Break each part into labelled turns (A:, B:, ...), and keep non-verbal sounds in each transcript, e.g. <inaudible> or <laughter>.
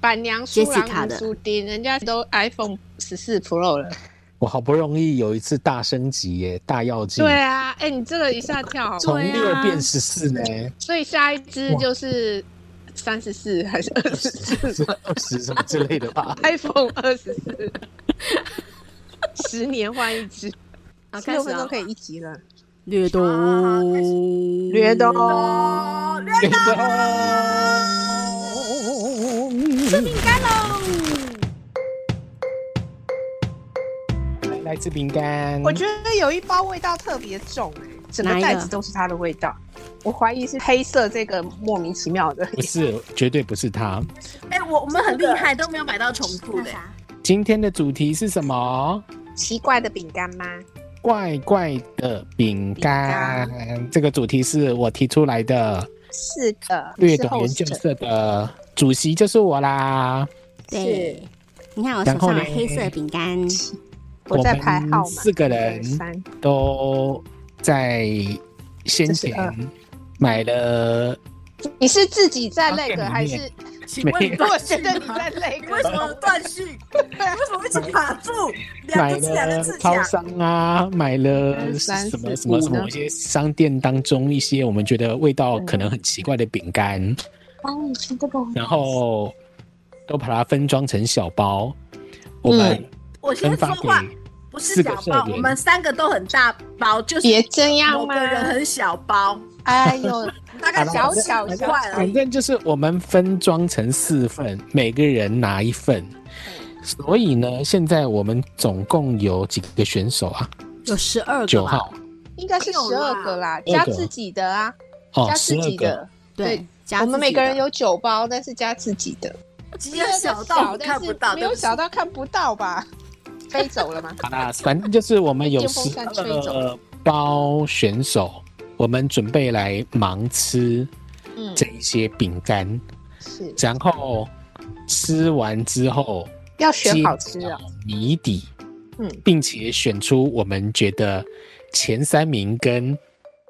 A: 板娘苏郎苏丁，人家都 iPhone 十四 Pro 了。
B: 我好不容易有一次大升级耶，大药剂。
A: 对啊，哎、你这个一下跳好不好
B: 从
C: 对啊
B: 六变十四嘞，
A: 所以下一支就是三十四还 <laughs> 是二十四。
B: 二十什么之类的吧
A: iPhone <laughs> 二十四，十年换一支，
C: 好，
A: 十
C: 开
A: 六
C: 始
A: 分
C: 啊
A: 钟！可以一集了。
C: 掠夺
D: 好，
A: 略懂
D: 哦，热
C: 吃饼干喽！
B: 来自饼干，
A: 我觉得有一包味道特别重、哎，整
C: 哪
A: 个
C: 一个
A: 袋子都是它的味道。我怀疑是黑色这个莫名其妙的，
B: 不是，绝对不是它。
D: 哎，我我
C: 我们
D: 们
C: 很
D: 很
C: 厉
D: 厉
C: 害，
D: 害，
C: 都没有买到重复
D: 那
C: 的。
D: 啥，
B: 今天的主题是什么？
A: 奇怪的饼干吗？
B: 怪怪的饼干。这个主题是我提出来的，
A: 是的，
B: 略
A: 是
B: 懂
A: 后
B: 研
A: 者
B: 究社的主席就是我啦。
C: 对，你看我
B: 然
C: 手
B: 后
C: 上有
B: 嘞
C: 黑色饼干，
A: 我在排号
B: 我
A: 码，
B: 们四个人
A: 一二三
B: 都在先前买了，
A: 你是自己在那个
B: 好
A: 还
B: 给你
A: 是？
D: 请问你
B: 没
A: 我
D: 断
A: 觉
D: 续
A: 得你
D: 吗？
A: 在那
D: 你为
A: 个，
D: 什么断续？
B: <laughs>
D: 你为什么一直卡住？两
B: 买
D: 个字啊两个
B: 了
D: 字讲
B: 超，商啊，买了
A: 二三
B: 什么
A: 四
B: 什么
A: 五
B: 什么
A: 呢
B: 一些商店当中一些我们觉得味道可能很奇怪的饼干，
A: 帮你吃这个，
B: 然后都把它分装成小包，我们
D: 我先
B: 分
D: 说
B: 发给
D: 话，不是小
B: 四个
D: 包
B: 社，员
D: 我们三个都很大包，就是
A: 别这样
C: 啊
D: 某
A: 嘛
D: 个！人很小包，
A: 哎呦，
D: 大概
A: 小
D: 小
A: 小
D: 五
A: 小
D: 块啊而
B: 反
D: 已。
B: 正就是我们分装成四份，每个人拿一份。所以呢，现在我们总共有几个选手啊？
C: 有十二个
B: 九
C: 吧？
B: 号
A: 应该是十二个啦，
B: 12
A: 加
B: 个
A: 自己的啊，
B: 哦
A: 加，
B: 十
A: 自
B: 二
A: 己
B: 个。
A: 的。
C: 对
A: 对，
C: 加
A: 我们每个人
C: 有
A: 有九包，但是加自己的。
D: 只有小到我看不到，
A: 没有小到看不到吧？飞走了吗？
B: 好啦，反正就是我们有
A: 电风
B: 十
A: 扇吹走
B: 二包选手，我们准备来盲吃
A: 嗯，
B: 这一些饼干，
A: 是
B: 然后吃完之后
A: 要选好吃哦。
B: 谜底，
A: 嗯
B: 并且选出我们觉得前三名跟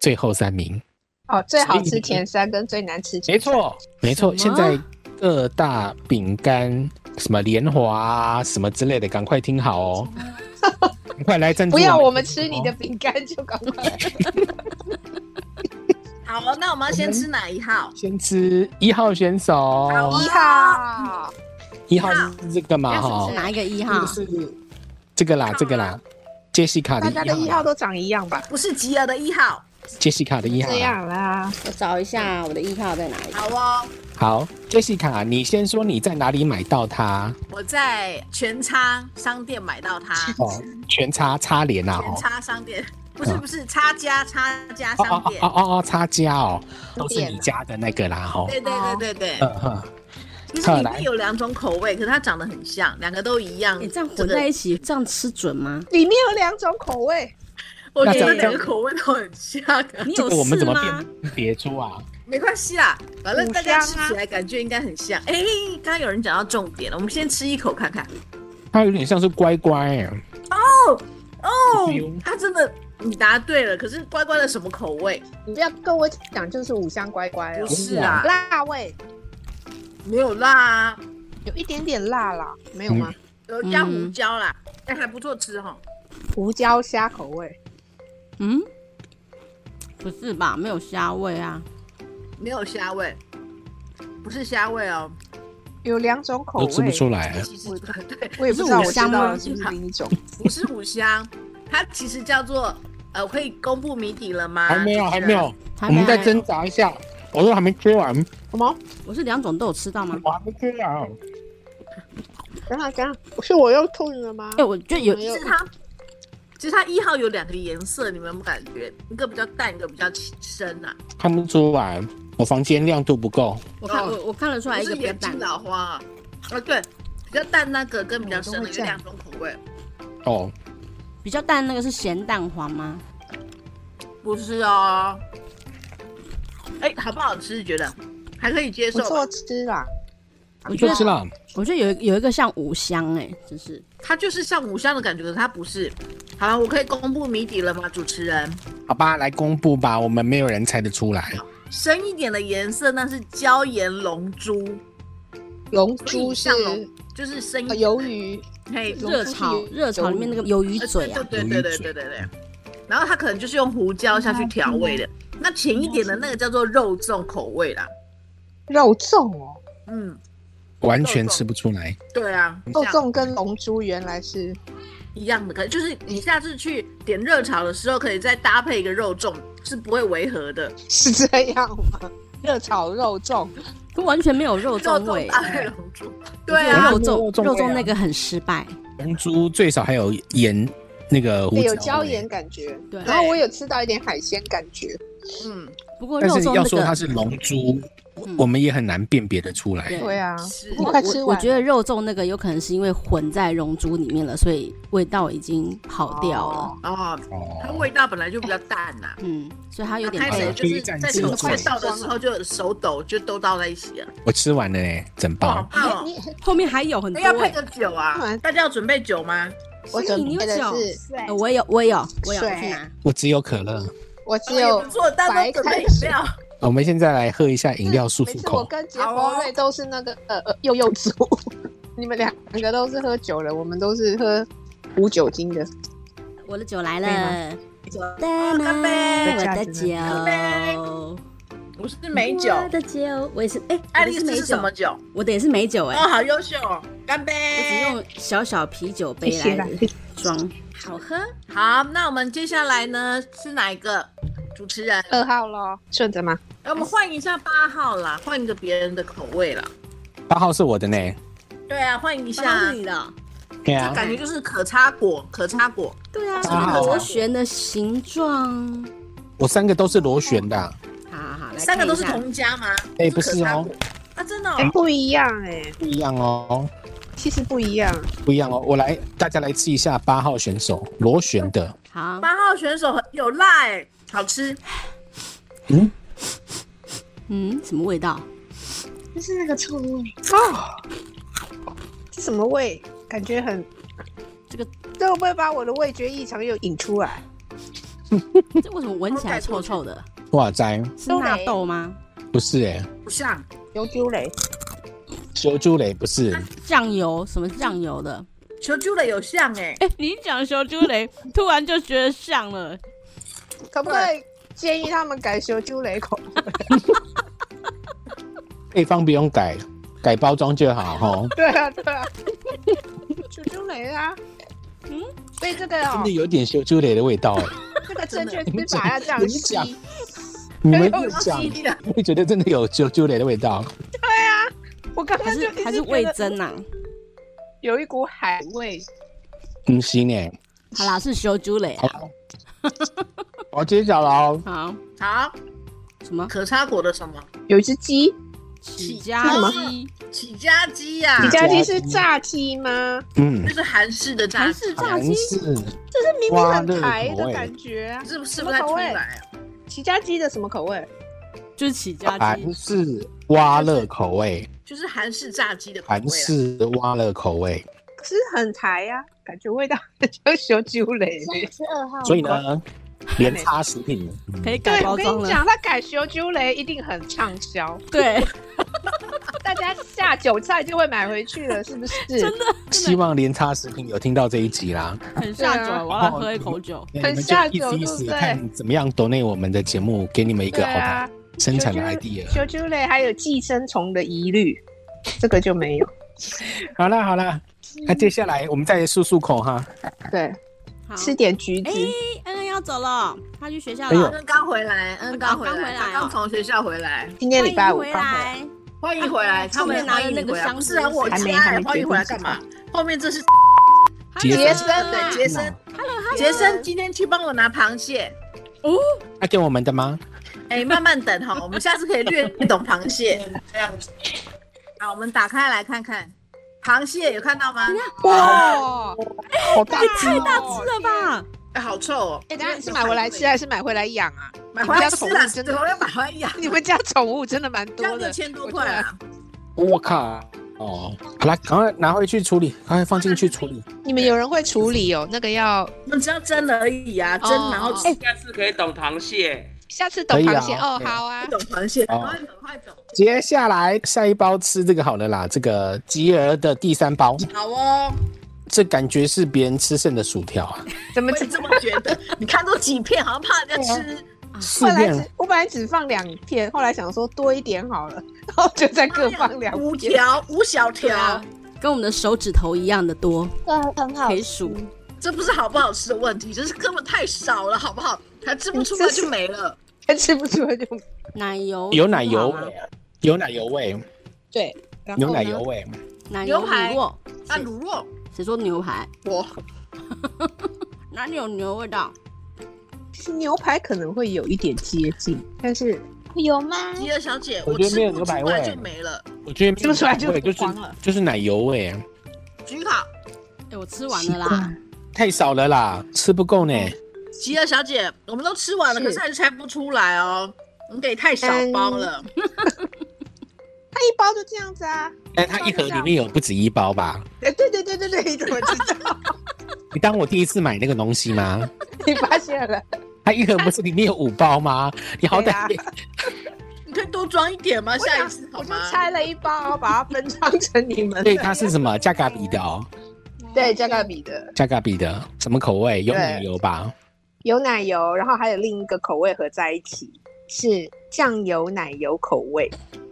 B: 最后三名。
A: 哦，最好吃前三跟最难吃前
B: 没错，没错。
C: 什
B: 现
C: 么
B: 在各大饼干什么莲华啊什么之类的，赶快听好
A: <laughs>
B: 哦，赶快来赞
A: 三。
B: 助！
A: 不要我们吃你的，饼干就赶快。
D: 好，哦那我们要先吃哪一号？
B: 先吃一号选手，
D: 哦
A: 一号，
B: 一号是这个嘛
C: 要
B: 哈
C: 是，哪一个一
B: 这
C: 号
B: 个？是这个啦，这个啦，杰西卡
A: 啊大
B: 的
A: 家的
B: 一
A: 一
B: 号
A: 号
B: 啦，
A: 都长一样吧？
D: 不是吉尔的一号。
B: 杰西卡的一号
A: 这
B: 啦。
A: 样啦，
C: 我找一下我的一号在哪里。
D: 好哦，
B: 好，杰西卡，你先说你在哪里买到它？
D: 我在全差商店买到它，
B: 哦，全差差联啊，
D: 全
B: 哦，
D: 差商店不是
B: 嗯
D: 不是差家差家
B: 哦
D: 商
B: 哦
D: 店
B: 哦，哦哦，差家哦，都是
A: 店
B: 你
A: 啊
B: 家的那个啦，哦哈。
D: 对对对对对，
B: 嗯哼，
D: 其实里
B: 来
D: 面有两种口味，可是它长得很像，两个都一
B: 嗯
D: 样。
C: 你这样
D: 这
C: 混
D: 个
C: 在一起，这样吃准吗？
A: 里面有两种口味，
D: 我觉
B: 那
D: 得
B: 这样
D: 两个口味都很像啊，
C: 你
B: 这
C: 有
B: 个我们
C: 事
B: 怎么
C: 吗？
B: 辨别出啊？
D: 没关系啦，反正大家
A: 五
D: 吃
A: 香啊
D: 起来感觉应该很像。
C: 啊
D: 哎，刚刚有人讲到重点了，我们先吃一口看看。
B: 它有点像是乖乖欸，
D: 哦
B: 哎呦，
D: 它真的，你答对了，可是乖乖的什么口味？
A: 你不要跟我讲就是五香乖乖
B: 哎
A: 哦
D: 不，是啊，
A: 辣味
D: 没有辣啊，
A: 有一点点辣啦，没有吗？
D: 有加胡
C: 嗯
D: 椒啦，哎还不错吃哈。
A: 胡椒虾口味，
C: 嗯，不是吧？没有虾味啊。
D: 没有虾味，不是虾味哦，
A: 有两种
C: 哦
A: 口
B: 都
A: 味，
B: 吃不出来。
D: 其实 <laughs> 对，
A: 我也不知道我
C: 是
A: 知
C: 五香吗
A: 道的是不是另一种。
D: 不是五香，它其实叫做呃，我可以公布谜底了吗？
B: 还没有，还没，有，
C: 还
B: 我们
C: 没有
B: 再挣扎一下。我都还没吃完，
A: 什么？
C: 我是两种都有吃到吗？
B: 我还没吃完。
A: 等下等下，是我又吐了吗
C: 哎、？我觉得有
A: 没有
D: 其实它。其实它一号有两个颜色，你们有没有感觉？一个比较淡，一个比较深啊。
B: 看不出来，我房间亮度不够。
C: 我看
D: 哦
C: 我我看得出来
D: 不
C: 一个
D: 是
C: 比较
D: 眼
C: 淡
D: 睛，老花啊，啊对，比较淡那个跟比
C: 哦
D: 较深的有两种口味。
B: 哦，
C: 比较淡那个是咸蛋黄吗？
D: 不是哦，哎，好不好吃？觉得还可以接
A: 不
D: 受
A: 错
D: 吧。
A: 吃啦，
C: 我觉
B: 就
C: 得
B: 吃了，
C: 我觉得有一有一个像五香哎、真是
D: 它就是像五香的感觉，可是它不是。好了，我可以公布谜底了吗？主持人，
B: 好吧，来公布吧，我们没有人猜得出来。
D: 深一点的颜色那是椒盐龙珠，
A: 龙珠是
D: 像龙就是生
C: 哎
A: 呃鱿鱼，
D: 嘿，
A: 龙
C: 热
A: 珠是
C: 炒
A: 鱿
C: 热炒里面那个鱿鱼
D: 呃
C: 嘴啊，
D: 对对对对对对对。然后它可能就是用胡椒下去调味的。那浅一点的那个叫做肉粽口味啦。
A: 肉粽哦，
D: 嗯，
B: 完全吃不出来。
D: 对啊，
A: 肉
D: 像
A: 粽跟龙珠原来是
D: 一样的，可就是你下次去点热炒的时候，可以再搭配一个肉粽，是不会违和的。
A: 是这样吗？ <laughs> 热炒肉粽，
C: 都完全没有肉
D: 肉
C: 粽
D: 粽
C: 味。
D: 搭配龙珠，
C: 我
D: 对
C: 觉得
D: 啊，
C: 肉
B: 肉
C: 粽
B: 粽味啊
C: 肉粽那个很失败。
B: 龙珠最少还有盐，那个胡
A: 对，
B: 椒
A: 哎有椒盐。感觉。
C: 对，
A: 然后我有吃到一点海鲜感觉，
D: 嗯，
C: 不过
B: 但
C: 肉
B: 是
C: 粽
B: 要说它
C: 那个，
B: 是龙珠，
C: 嗯
B: 我们也很难辨别的出来。
C: 对
A: 对啊，
D: 是
A: 你快吃
C: 我
A: 完
C: 我觉得肉粽那个有可能是因为混在溶珠里面了，所以味道已经跑掉了。
D: 哦，它
B: 哦，
D: 味道本来就比较淡呐、
C: 嗯，所以它有点
D: 开
B: 好
D: 始
B: 了
C: 累。
D: 就是在
B: 推
D: 手
B: 哦战
D: 快
B: 之
D: 到的时候就手抖就都倒在一起了，
B: 我吃完了呢，整
D: 好
B: 包。
D: 棒哦！
A: 你
C: 后面还有很多
D: 那要配
C: 欸，
D: 个酒啊，大家要准备酒吗？
A: 我
C: 所以
A: 准
C: 你有
A: 备的
C: 酒
A: 是，
C: 呃我也有，我也有，我有，
A: 水
C: 我去拿。
B: 我只有可乐。
A: 我只
D: 也
A: 啊有
D: 哎不错，大家都准备饮料。
B: 我们现在来喝一下饮料漱
A: 每
B: 漱
A: 次我
B: 口。
A: 跟杰佛瑞都是那个呃呃柚柚族， <laughs> 你们两个都是喝酒了，我们都是喝无酒精的。
C: 我的酒来
A: 可以
C: 了
A: 吗，
C: 酒的
D: 哦
C: 呢？我
A: 再加
C: 的酒，
D: 杯我是美酒，
C: 我的酒，我也是，哎、
D: 爱
C: 我的
D: 丽
C: 是
D: 丝
C: 美
D: 是什
C: 酒
D: 么，酒？
C: 我的也是美酒、
D: 哦，
C: 哎、
D: 好优秀哦！干
C: 我只
D: 杯！
C: 用小小啤酒杯
A: 谢谢啦
C: 来装，好喝。
D: <laughs> 好，那我们接下来呢是哪一个主持人？
A: 二号咯，顺着吗？
D: 哎我们换一下八号啦，换一个别人的口味啦。
B: 八号是我的呢。
D: 对啊，换一
C: 像
D: 下，
C: 你的，
B: 对
D: 这
B: 啊，
D: 感觉就是可擦果，可擦果。
C: 对啊，
B: 八号
C: 螺旋的形状，
B: 我三个都是螺旋的啊。
C: 好好好，来
D: 三个
C: 看一
D: 都是
C: 下
D: 同家吗？
B: 哎不是
D: 可擦
B: 哦
D: 果啊，真的哦
A: 哎、不一样哎、
B: 不一样哦，
A: 其实不一样。
B: 不一样哦。我来，大家来吃一下八号选手螺旋的。
C: 好，
D: 八号选手很有辣哎、好吃。
B: 嗯，
C: 嗯，什么味道？
A: 就是那个臭味哦，这什么味？感觉很
C: 这个
A: 这会不会把我的味觉异常又引出来？
C: 这为什么闻起来臭臭的？
B: 哇塞，
C: 是纳豆吗？
B: 不是哎、
D: 不像，
A: 油丢嘞，
B: 修猪雷不是，
C: 酱油？什么酱油的？
D: 求救了有像哎、
C: 哎、 <laughs> 你一讲小猪雷，突然就觉得像
A: <laughs>
C: 了。
A: 可不可以建议他们改油丢雷口？
B: 配方不用改，改包装就好哈。
A: 对啊，对啊，油丢雷啊。嗯，所以这个
B: 真
A: 哦
B: 的，有点修猪雷的味道哎、
A: 这个正确吃法要这样
B: 你
A: 吸。
B: 讲你们越讲
D: 西的
B: 会觉得真的有修猪雷的味道。
A: 我刚
C: 还
A: 刚
C: 是
A: 就一直
C: 还是
A: 觉得
C: 味增啊？
A: 有一股海味，
B: 不行哎、
C: 好啦，是小猪雷
B: 好
C: 啊。
B: 啦，我揭晓了哦。
C: 好，
D: 好，
C: 什么
D: 可擦果的什么
A: 有一只鸡，
C: 起
A: 是
C: 家
A: 什么
C: 鸡？
D: 起家鸡呀、
A: 你
B: 起
A: 家
B: 家
A: 鸡
B: 鸡
A: 是炸鸡吗？
B: 嗯
D: 就，是韩式的炸
C: 韩
D: 鸡，
C: 式炸
B: 韩
C: 鸡？
B: 式
A: 这明明
B: 哇
A: 很台
B: 那个口
A: 的
B: 味
A: 感觉啊。
D: 是不是
A: 什
D: 不
A: 么
D: 太
A: 口
D: 出
A: 味
D: 来、啊？
A: 起家鸡的什么口味？
C: 就是起家鸡
B: 韩。式蛙乐口味，
D: 就是韩式炸鸡
A: 啊
D: 的口味啊
B: 韩
D: 啦。
B: 式蛙乐口味。
A: 可是很台呀、感觉味道 <laughs> 很像小酒类。啊
B: 所以呢，连差食品，嗯
C: 可以 <laughs> 改
A: 对，
C: 包
A: 我跟
C: 装
A: 你
C: 了。
A: 讲，它改小酒类一定很畅销，
C: 对，
A: 大家下酒菜就会买回去了，是不是？
C: <laughs> 真的
B: 希望连差食品有听到这一集啦，
C: 很下
A: 对啊
C: 酒，我要喝一口酒。
B: 你
A: 很
B: 们就
A: 下
B: 意
A: 酒
B: 思意
A: 对不
B: 思
A: 对
B: 看怎么样 donate 我们的节目，给你们一
A: 对
B: 个好吧
A: 啊，
B: 生产的
A: 小酒
B: idea。
A: 小酒类还有寄生虫的疑虑，这个就没有。
B: 好啦好啦，那接下来我们再漱漱口哈。
A: 对，
C: 好，
A: 吃点橘子
C: 哎，，恩恩要走了，他去学校
B: 哎呦
C: 了。
D: 恩刚回来，恩刚回
C: 刚回
D: 来，
C: 来
D: 他
C: 哦
D: 刚从学校回来，
A: 今天礼拜五
C: 欢迎
A: 刚好
D: 欢迎
C: 回来，
D: 回来。
C: 啊
D: 他
C: 后面
D: 们
C: 拿
D: 欢
C: 了
D: 迎
C: 那
D: 你
C: 个
D: 回来，
C: 箱
D: 不
C: 子
D: 是啊，我
A: 还没
D: 家
A: 还
D: 哎
A: 没
D: 欢迎回来
A: 结束
D: 干嘛？后面这是
B: 杰
A: 杰森
D: 对杰森，杰森今天去帮我拿螃蟹，
B: 他给我们的吗？
D: 哎，慢慢等哈，我们下次可以略懂螃蟹这样子。好，我们打开来看看，螃蟹有看到
A: 哎
D: 吗？
A: 哇，
B: 好大只
A: 太
B: 哦，
C: 大吃了吧？
D: 哎，好臭哦！
A: 哎、等一下你是买回来吃还是买回来养啊？ <laughs>
D: 买回来吃
A: 你们家
D: 啊？
A: 宠物真
D: 怎
A: 的
D: 么会买回来养？
A: 你们家宠物真的蛮
D: 这样
A: 多
D: 六
A: 的，
D: 千多块啊！
B: 我靠！哦，好了，赶快拿回去处理，赶快放进去处理。
A: 你们有人会处理哦？那个要
D: 我们只要蒸而已啊，蒸
A: 哦
D: 然后
A: 哦
D: 吃
E: 应该是可以懂螃蟹，下次懂
B: 可以
E: 螃
B: 啊
E: 蟹哦，
B: 可以
E: 好啊
D: 不，懂螃蟹，
B: 哦
D: 快懂快懂。
B: 接下来下一包吃这个好了啦，这个吉儿的第三包，
D: 好哦，
B: 这感觉是别人吃剩的薯条啊，
A: 怎么
D: 我
A: 只
D: 也这么觉得。 <laughs> 哎你看都几片，好像怕人家吃。
B: 四
A: 本啊来
B: 片
A: 只我本来只放两片，后来想说多一点好了，然后就再各放两
D: 五
A: 片。
D: 条，五小条，
C: 跟我们的手指头一样的多，
F: 对，很好
C: 可以数。
D: 这不是好不好吃的问题，这是根本太少了，好不好？还吃不出
A: 哎
D: 来就没了。
A: 吃不出来就
C: 奶油
B: 有奶油
C: 不好吗，
B: 有奶油味，
A: 对，然
B: 有
A: 后
B: 奶
A: 呢
B: 油味，
C: 奶油
D: 牛排
C: 卤肉，
D: 那卤肉，
C: 谁说牛排？
D: 我
C: 哪里有牛味道？
A: 其实牛排可能会有一点接近，但是
F: 有吗？
D: 吉尔小姐，
B: 我
D: 我
B: 觉得
D: 吃
B: 没有
D: 不
B: 牛
D: 出
B: 排
D: 来
B: 味
D: 就没了。
B: 我觉得
A: 吃不出来就
B: 对，就是
A: 黄了
B: 就是奶油味，
D: 焗烤，
C: 哎，我吃完了啦。
B: 太少了啦，吃不够呢。
D: 吉尔小姐，我们都吃完了，
A: 是
D: 可是还是猜不出来哦。你给太少包了，
A: 它一包就这样子啊。
B: 但它一盒里面有不止一包吧？
A: 哎，对对对对对，你怎么知道？
B: 你当我第一次买那个东西吗？
A: 你发现了？
B: 它一盒不是里面有五包吗？你好
A: 对
B: 歹
A: 啊
B: 也
D: 你可以多装一点吗？
A: 我
D: 下一
A: 想
D: 次好
A: 我就
D: 吗？
A: 拆了一包，然后把它分装成你们的。
B: 所以它是什么加嘎比的哦，
A: 对加个比的，
B: 加嘎比的什么口味？有奶油吧？
A: 有奶油，然后还有另一个口味合在一起，是酱油奶油口味，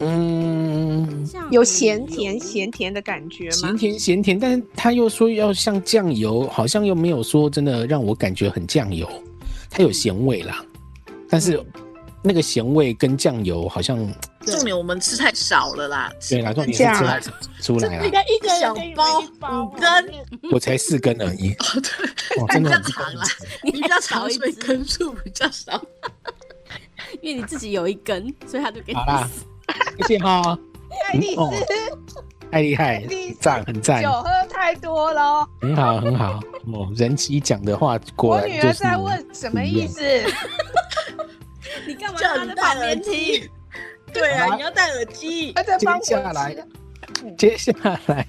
B: 嗯，
C: 像
A: 有咸甜
C: 油
A: 咸甜的感觉
B: 咸
A: 吗？
B: 甜咸甜，但是他又说要像酱油，好像又没有说真的让我感觉很酱油，它有咸味啦，但是那个咸味跟酱油好像
D: 重点我们吃太少了啦，
B: 对啦，重点是
A: 这样
B: 出
A: 啊
B: 来出来
F: 应
B: 啦，
F: 该一个人
D: 小
F: 给你们
D: 包
F: 一包
D: 五根，
B: 我才四根而已，
D: 哦对，
B: 哇，真的
D: 太
B: 很
D: 长了，
C: <laughs> 你
D: 你比
C: 还
D: 较
C: <laughs> 少
D: 长，
C: 一
D: 所以
C: 只
D: 根数比较少。
C: 因为你自己有一根，所以他就给你
B: 好啦，谢谢哈，
A: 爱丽
B: 哦
A: 丝
B: 太厉害
A: 你，
B: 赞很赞
A: 酒，喝太多了，
B: 很好很好，哦，人妻讲的话果
A: 我
B: 然
A: 女
B: 就
A: 儿
B: 是
A: 在问什么意思？
C: <laughs> 你干嘛
D: 叫
C: 让
D: 你
C: 他在
D: 戴
C: 旁
D: 耳
C: 边听？
D: 机。对
B: 好
D: 啊，
B: 啊
D: 你要戴耳机。
A: 她在帮我
B: 接下来
A: 吃
B: 接下来，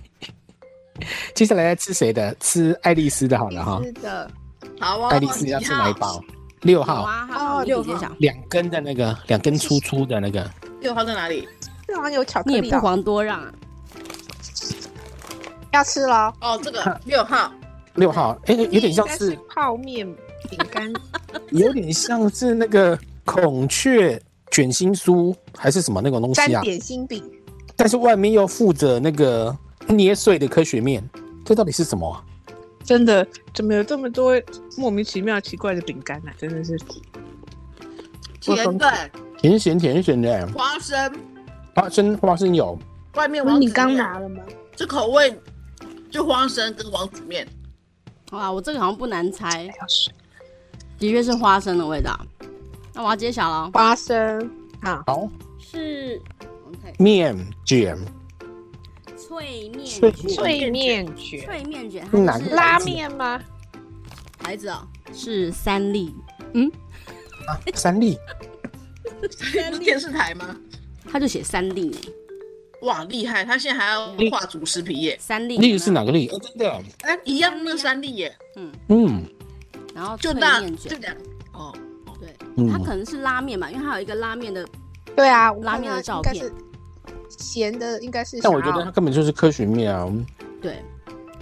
B: 接下来要吃谁的？吃爱丽丝的好了
A: 爱。
B: 哈
A: 丽丝的，
D: 好啊，
B: 爱丽丝要吃哪一包？六
C: 有
B: 号，
C: 啊，他
A: 哦
C: 有
A: 六
C: 揭晓。
B: 两根的那个，两根粗粗的那个。
D: 六号在哪里？
A: 这好像有巧
C: 你
A: 克
C: 也
A: 力
C: 不
A: 哦，
C: 遑多让啊，
A: 要吃了。
D: 哦，这个六号。
B: 六号，哎、有点像是，
A: 泡面饼干，
B: 有点像是那个孔雀卷心酥还是什么那种东
A: 沾
B: 西啊？
A: 点心饼，
B: 但是外面又附着那个捏碎的科学面，这到底是什么、啊？
A: 真的怎么有这么多莫名其妙奇怪的饼干呢、啊真的是
D: 甜的
B: 甜咸甜咸的、
D: 花生，
B: 花生花生油，
D: 外面
F: 不
D: 王
F: 是
D: 子
F: 你刚
D: 面
F: 拿了吗？
D: 这口味就花生跟王子面，
C: 好吧，我这个好像不难猜，
A: 要水
C: 的确是花生的味道。那我要揭晓了，
A: 花生啊，
B: 好
C: 是 OK
B: 面卷
C: 脆面
B: 脆
C: 卷
A: 脆面卷，
C: 脆面卷，
B: 哪
C: 它
B: 个
C: 就是
A: 拉面吗？
C: 牌子哦，是三粒，
B: 啊三粒，
D: <laughs> 这是电视台吗？
C: 他就写三粒，
D: 哇，厉害！他现在还要
B: 嗯
D: 画主食皮耶，
C: 三粒
B: 粒是？哪个粒？哦，真的，
D: 哎、一样那三粒耶，
C: 嗯，
B: 嗯
C: 然后
D: 就
C: 脆
D: 那
C: 面
D: 就
C: 卷，
D: 两哦，
C: 对，它
B: 嗯，
C: 可能是拉面吧，因为它有一个拉面的，
A: 对啊，我
C: 拉面
A: 看
C: 的
A: 它
C: 照
A: 应该
C: 片
A: 是咸的，应该是
B: 但
A: 想
B: 我
A: 要。
B: 觉得它根本就是科学面啊，
C: 对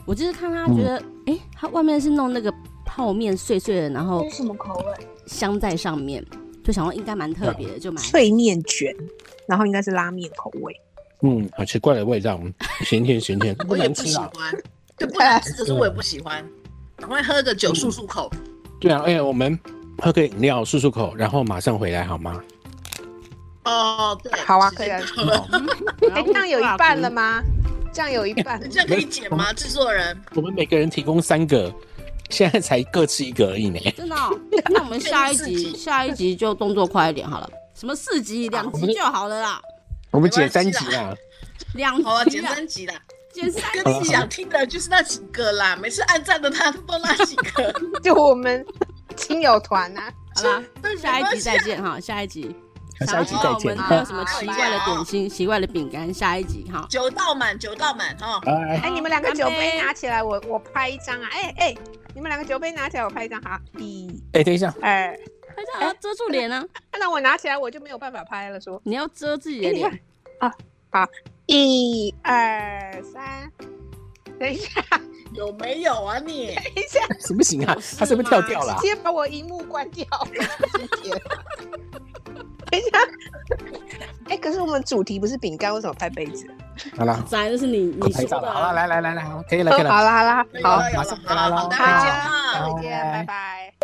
C: 我就是看
B: 嗯
C: 它觉得，哎，它外面是弄那个泡面碎碎的，然后
F: 这是什么口味？
C: 镶在上面，就想说应该蛮特别的，就买。
A: 脆面卷，然后应该是拉面口味。
B: 嗯，好奇怪的味道，咸甜咸甜，不
D: 我也
B: 能
D: 不喜
B: 吃啊。
D: 欢，就不能吃，可是我也不喜欢。赶快喝个
B: 嗯
D: 酒漱漱口，
B: 对啊，哎、我们喝个饮料漱漱口，然后马上回来好吗？
D: 哦，对，
A: 好啊
D: 时间到
B: 可以
A: <laughs>
B: 啊
D: 了。
F: 嗯
A: 哎，这样有一半了吗？这样有一
F: <laughs>
A: 半，
D: 这样可以剪吗？
B: 嗯
D: 制作人，
B: 我们每个人提供三个，现在才各吃一个而已呢。
C: 真的哦、那我们下一
D: 四
C: 集
D: 集
C: 下一集就动作快一点好了。什么四集两集就好
D: <laughs>
C: 了啦，
B: 我们解三集啊，
C: 两
D: 好啊，
C: 集
D: 剪
C: 啊，
D: 三集
C: <laughs>
D: 啦。
C: 减三
D: <laughs> 跟
B: 好
D: 你
B: 了
D: 想听的就是那几个啦，每次按赞的他都那几个。
A: 就我们亲友团啊，
C: <laughs> 好啦，
D: <laughs> 对
C: 下一集再见哈，下一集。
B: <laughs> 下一集
C: 想
B: 再
C: 要知道
B: 见
C: 我们
B: 啊
C: 还有什么奇
D: 哎
C: 怪的点心、奇怪的饼干？下一集哈，
D: 酒倒满，酒倒满哦哈。
B: 拜。
F: 哦
A: 哎，你们两个
C: 干杯
A: 酒杯拿起来，我我拍一张啊！哎哎，你们两个酒杯拿起来，我拍一张。好，一
B: 哎、等一下，
A: 二
C: 快想要遮住脸啊，
A: 那我拿起来我就没有办法拍了。说
C: 你要遮自己的
A: 哎你看
C: 脸，
A: 一二三，等一下，
D: 有没有啊你？
A: 等一下，
B: 行不行啊？他是不是跳掉了啊
A: 直？接把我荧幕关掉。谢谢 <laughs> 等一下，哎、可是我们主题不是饼干，为什么拍杯子？
B: 好啦，
C: 宅那是你你
B: 快拍
C: 说
B: 照
C: 的
B: 了。好了，
C: 啊。
B: 来来来来，可以了
A: 哦
B: 可以了
A: 好。啦好啦，
D: 有
A: 好
D: 了，有
B: 马
D: 了
B: 上回来了
D: 好的，
A: 好
D: 再见啊。
A: 再见，拜拜。